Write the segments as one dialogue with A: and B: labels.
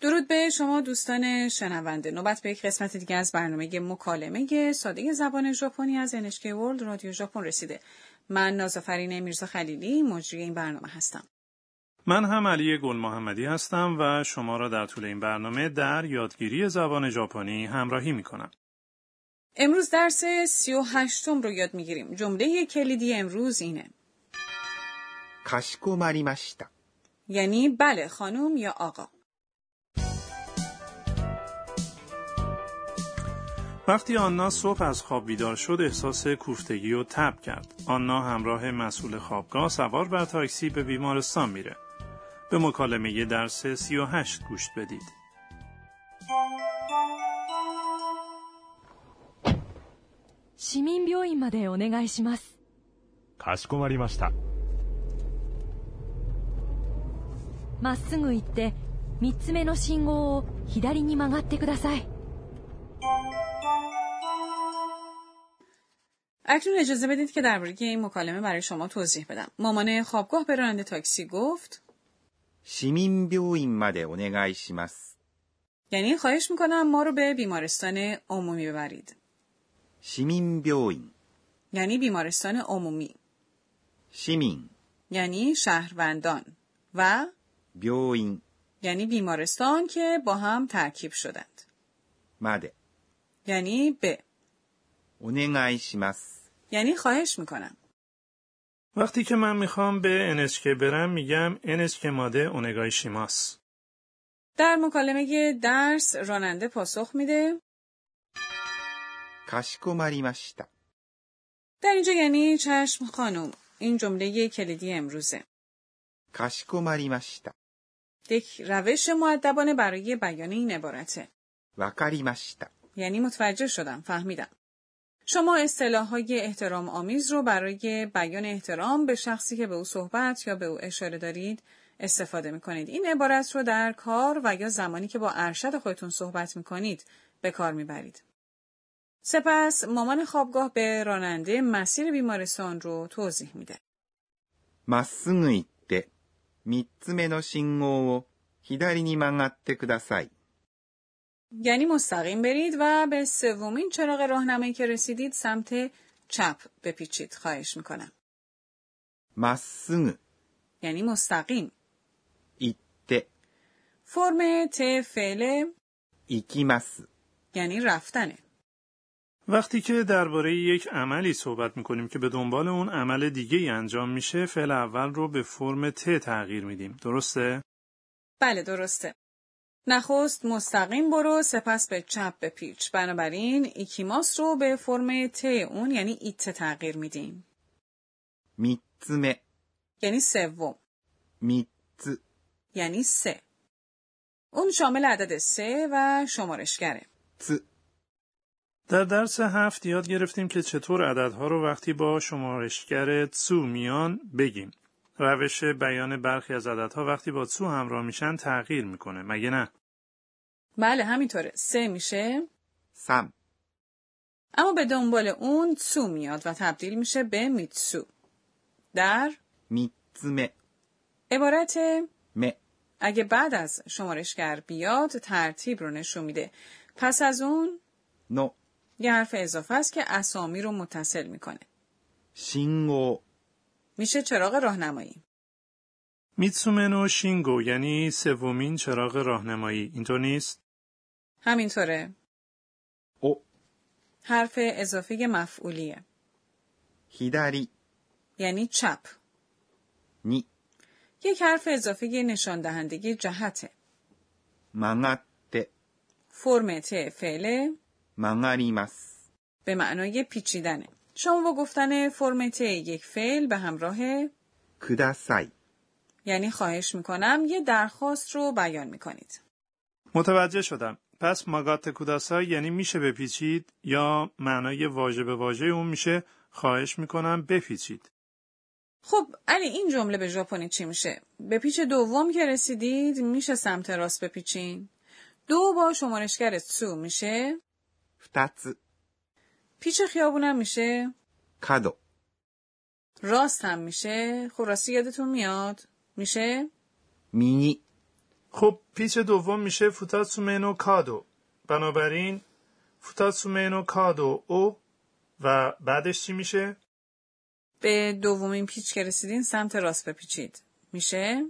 A: درود به شما دوستان شنونده نوبت به یک قسمت دیگه از برنامه مکالمه ساده زبان ژاپنی از NHK World رادیو ژاپن رسیده من نازافرین میرزا خلیلی مجری این برنامه هستم
B: من هم علی گل محمدی هستم و شما را در طول این برنامه در یادگیری زبان ژاپنی همراهی می کنم.
A: امروز درس سی و هشتم رو یاد میگیریم. جمله کلیدی امروز اینه.
C: かしこまりました。
A: یعنی بله خانم یا آقا.
B: وقتی آنا صبح از خواب بیدار شد احساس کوفتگی و تب کرد. آنا همراه مسئول خوابگاه سوار بر تاکسی به بیمارستان میره. به مکالمه درس 38 گوش بدید.
D: 市民病院までお願いします
E: かしこまりました
D: まっすぐ行って3つ目の信号を左に曲がってください
A: اکنون اجازه بدید که درباره این مکالمه برای شما توضیح بدم. مامان خوابگاه به راننده تاکسی گفت
C: 市民病院までお願いします。
A: یعنی خواهش میکنم ما رو به بیمارستان عمومی ببرید.
C: 市民病院。
A: یعنی بیمارستان عمومی.
C: 市民。
A: یعنی شهروندان و
C: 病院。
A: یعنی بیمارستان که با هم ترکیب شدند.
C: まで。
A: یعنی به.
C: お願いします。
A: یعنی خواهش میکنم.
B: وقتی که من میخوام به انسکه برم میگم انسکه ماده اونگای شیماس.
A: در مکالمه درس راننده پاسخ میده
C: かしこまりました。
A: در اینجا یعنی چشم خانم این جمله کلیدی امروزه
C: かしこまりました。
A: یک روش معدبانه برای بیان این عبارته
C: わかりました。
A: یعنی متوجه شدم فهمیدم شما اصطلاح های احترام آمیز رو برای بیان احترام به شخصی که به او صحبت یا به او اشاره دارید استفاده می کنید. این عبارت رو در کار و یا زمانی که با ارشد خودتون صحبت می کنید به کار می برید. سپس مامان خوابگاه به راننده مسیر بیمارستان رو توضیح میده.
C: まっすぐ行って、三つ目の信号を左に曲がってください。
A: یعنی مستقیم برید و به سومین چراغ راهنمایی که رسیدید سمت چپ بپیچید خواهش میکنم.
C: まっすぐ
A: یعنی مستقیم.
C: 行って、
A: فرم ت فعل
C: 行きます。
A: یعنی رفتنه.
B: وقتی که درباره یک عملی صحبت میکنیم که به دنبال اون عمل دیگه ای انجام میشه فعل اول رو به فرم ت تغییر میدیم درسته؟
A: بله درسته. نخست مستقیم برو سپس به چپ بپیچ. بنابراین ایکیماس رو به فرم ت اون یعنی ایت تغییر میدیم.
C: 三つ目、
A: یعنی سوم.
C: 三つ、
A: یعنی سه. اون شامل عدد سه و شمارشگره.
C: つ、
B: در درس هفت یاد گرفتیم که چطور عددها رو وقتی با شمارشگر تسو میان بگیم. روش بیان برخی از عددها وقتی با تسو همراه میشن تغییر میکنه مگه نه؟
A: بله همینطوره سه میشه
C: 三、
A: اما به دنبال اون تسو میاد و تبدیل میشه به میتسو در
C: 三つ目、
A: عبارت
C: 目、
A: اگه بعد از شمارشگر بیاد ترتیب رو نشون میده پس از اون
C: の、
A: یه حرف اضافه است که اسامی رو متصل میکنه
C: 信号、
A: میشه چراغ راهنمایی
B: میتسومنو شینگو یعنی سومین چراغ راهنمایی اینطور نیست؟
A: همینطوره
C: を、
A: حرف اضافه مفعولیه
C: 左、
A: یعنی چپ
C: に、
A: یک حرف اضافه نشان دهنده جهته
C: 曲がって、
A: فرم ت فعله
C: 曲がります。
A: به معنای پیچیدنه. شما با گفتن فرم ت یک فعل به همراه
C: ください。
A: یعنی خواهش میکنم یه درخواست رو بیان میکنید.
B: متوجه شدم. پس ماگات کوداسای یعنی میشه بپیچید یا معنای واژه به واژه اون میشه خواهش میکنم بپیچید.
A: خب علی این جمله به ژاپنی چی میشه؟ به پیچ دوم که رسیدید میشه سمت راست بپیچین. دو با شمارشگر تسو میشه.
C: 二つ、
A: پیچ خیابونم میشه.
C: 角、
A: راست هم میشه. خب راستی یادتون میاد؟ میشه؟
C: 右、
B: خب پیچ دوم میشه فوتاتسومنو کادو بنابراین فوتاتسومنو کادو او و بعدش چی میشه؟
A: به دومین پیچ که رسیدین سمت راست بپیچید. میشه؟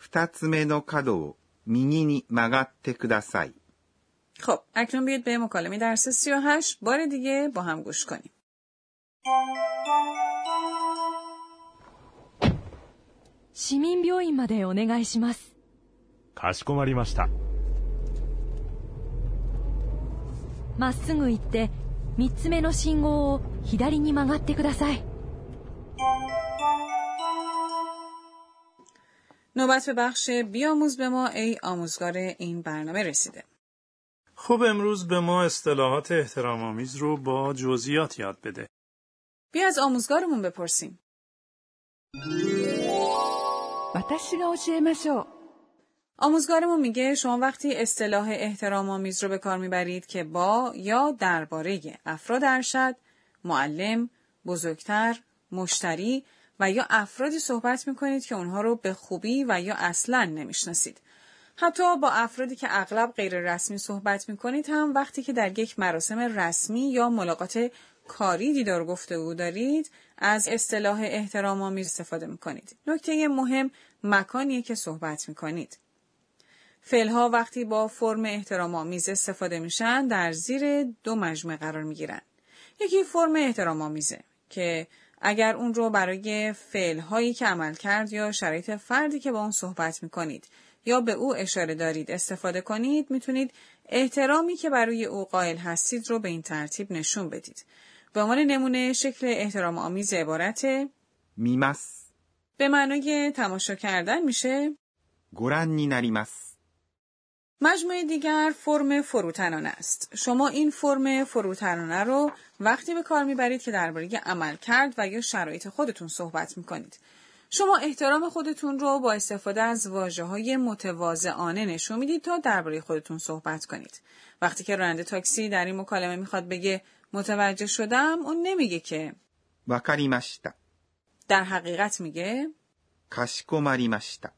C: 二つ目の角を右に曲がってください。
A: خب اکنون بیاید به مکالمه درس 38 بار دیگه با هم گوش کنیم.
D: 市民病院までお願いします
E: かしこまりました
D: まっすぐ行って3つ目の信号を左に曲がってください
A: نوبت به بخش بیاموز به ما ای آموزگار این برنامه رسیده.
B: خب امروز به ما اصطلاحات احترام آمیز رو با جزئیات یاد بده.
A: بیا از آموزگارمون بپرسیم.
F: 私が教えましょう
A: آموزگارمون میگه شما وقتی اصطلاح احترام آمیز رو به کار میبرید که با یا درباره افراد ارشد، معلم، بزرگتر، مشتری و یا افرادی صحبت میکنید که اونها رو به خوبی و یا اصلا نمیشناسید. حتی با افرادی که اغلب غیر رسمی صحبت میکنید هم وقتی که در یک مراسم رسمی یا ملاقات کاری دیدار گفتگو دارید از اصطلاح احترام آمیز استفاده میکنید. نکته مهم مکانیه که صحبت میکنید. فعلها وقتی با فرم احترام آمیز استفاده میشن در زیر دو مجموعه قرار میگیرن. یکی فرم احترام آمیزه که اگر اون رو برای فعلهایی که عمل کرد یا شرایط فردی که با اون صحبت میکنید یا به او اشاره دارید استفاده کنید میتونید احترامی که برای او قائل هستید رو به این ترتیب نشون بدید. به عنوان نمونه شکل احترام آمیز عبارت
C: 見ます。
A: به معنای تماشا کردن میشه
C: ご覧になります。
A: مجموعه دیگر فرم فروتنانه است. شما این فرم فروتنانه رو وقتی به کار میبرید که درباره عمل کرد و یا شرایط خودتون صحبت میکنید. شما احترام خودتون رو با استفاده از واجه های متواضعانه نشون میدید تا درباره خودتون صحبت کنید. وقتی که راننده تاکسی در این مکالمه میخواد بگه متوجه شدم اون نمیگه که
C: わかりました。
A: در حقیقت میگه
C: かしこまりました。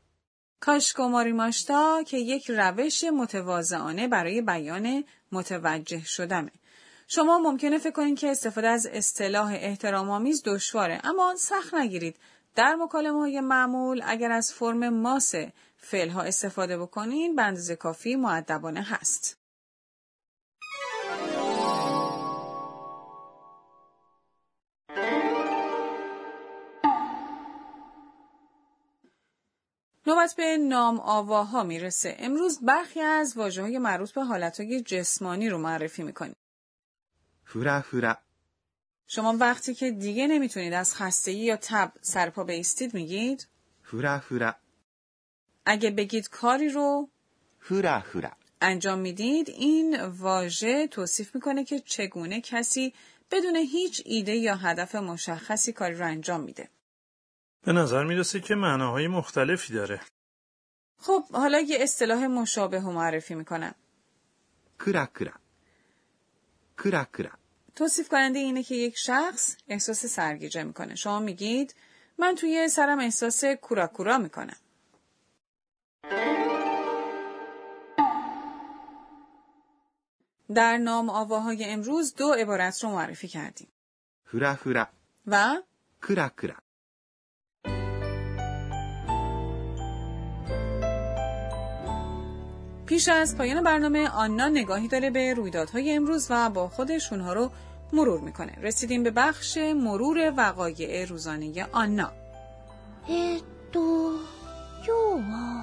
A: کاشکوماری ماشتا که یک روش متواضعانه برای بیان متوجه شدنه. شما ممکنه فکر کنید که استفاده از اصطلاح احترام‌آمیز دشواره اما سخت نگیرید. در مکالمه های معمول اگر از فرم ماس فعلها استفاده بکنید به اندازه کافی معدبانه هست. نوبت به نام آواها میرسه. امروز برخی از واجه های مربوط به حالتهای جسمانی رو معرفی میکنیم.
C: ふらふら、
A: شما وقتی که دیگه نمیتونید از خستگی یا تب سرپا بیستید میگید
C: ふらふら、
A: اگه بگید کاری رو
C: ふらふら、
A: انجام میدید این واژه توصیف میکنه که چگونه کسی بدون هیچ ایده یا هدف مشخصی کاری رو انجام میده
B: به نظر میرسه که معناهای مختلفی داره.
A: خب حالا یه اصطلاح مشابه رو معرفی میکنم
C: くらくら、くらくら、
A: توصیف کننده اینه که یک شخص احساس سرگیجه میکنه شما میگید من توی سرم احساس کوراکورا میکنم در نام آواهای امروز دو عبارت رو معرفی کردیم
C: ふらふら、
A: و
C: くらくら、
A: پیش از پایان برنامه آنا نگاهی داره به رویدادهای امروز و با خودش اونها رو مرور میکنه رسیدیم به بخش مرور وقایع روزانه آنا
G: えーっと、今日は、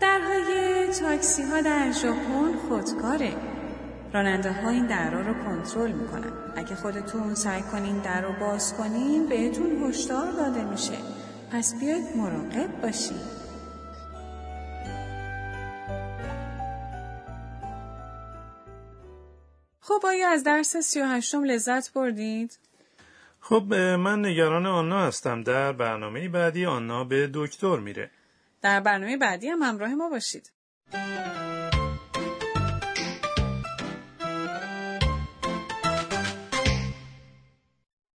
A: درهای تاکسی ها در ژاپن خودکاره راننده ها این درها رو کنترل میکنن اگه خودتون سعی کنین در رو باز کنین بهتون هشدار داده میشه پس بیاید مراقب باشین خب آیا از درس سی هشتم لذت بردید؟
B: خب اه، من نگران آنا هستم. در برنامه بعدی آنا به دکتر میره.
A: در برنامه بعدی هم همراه ما باشید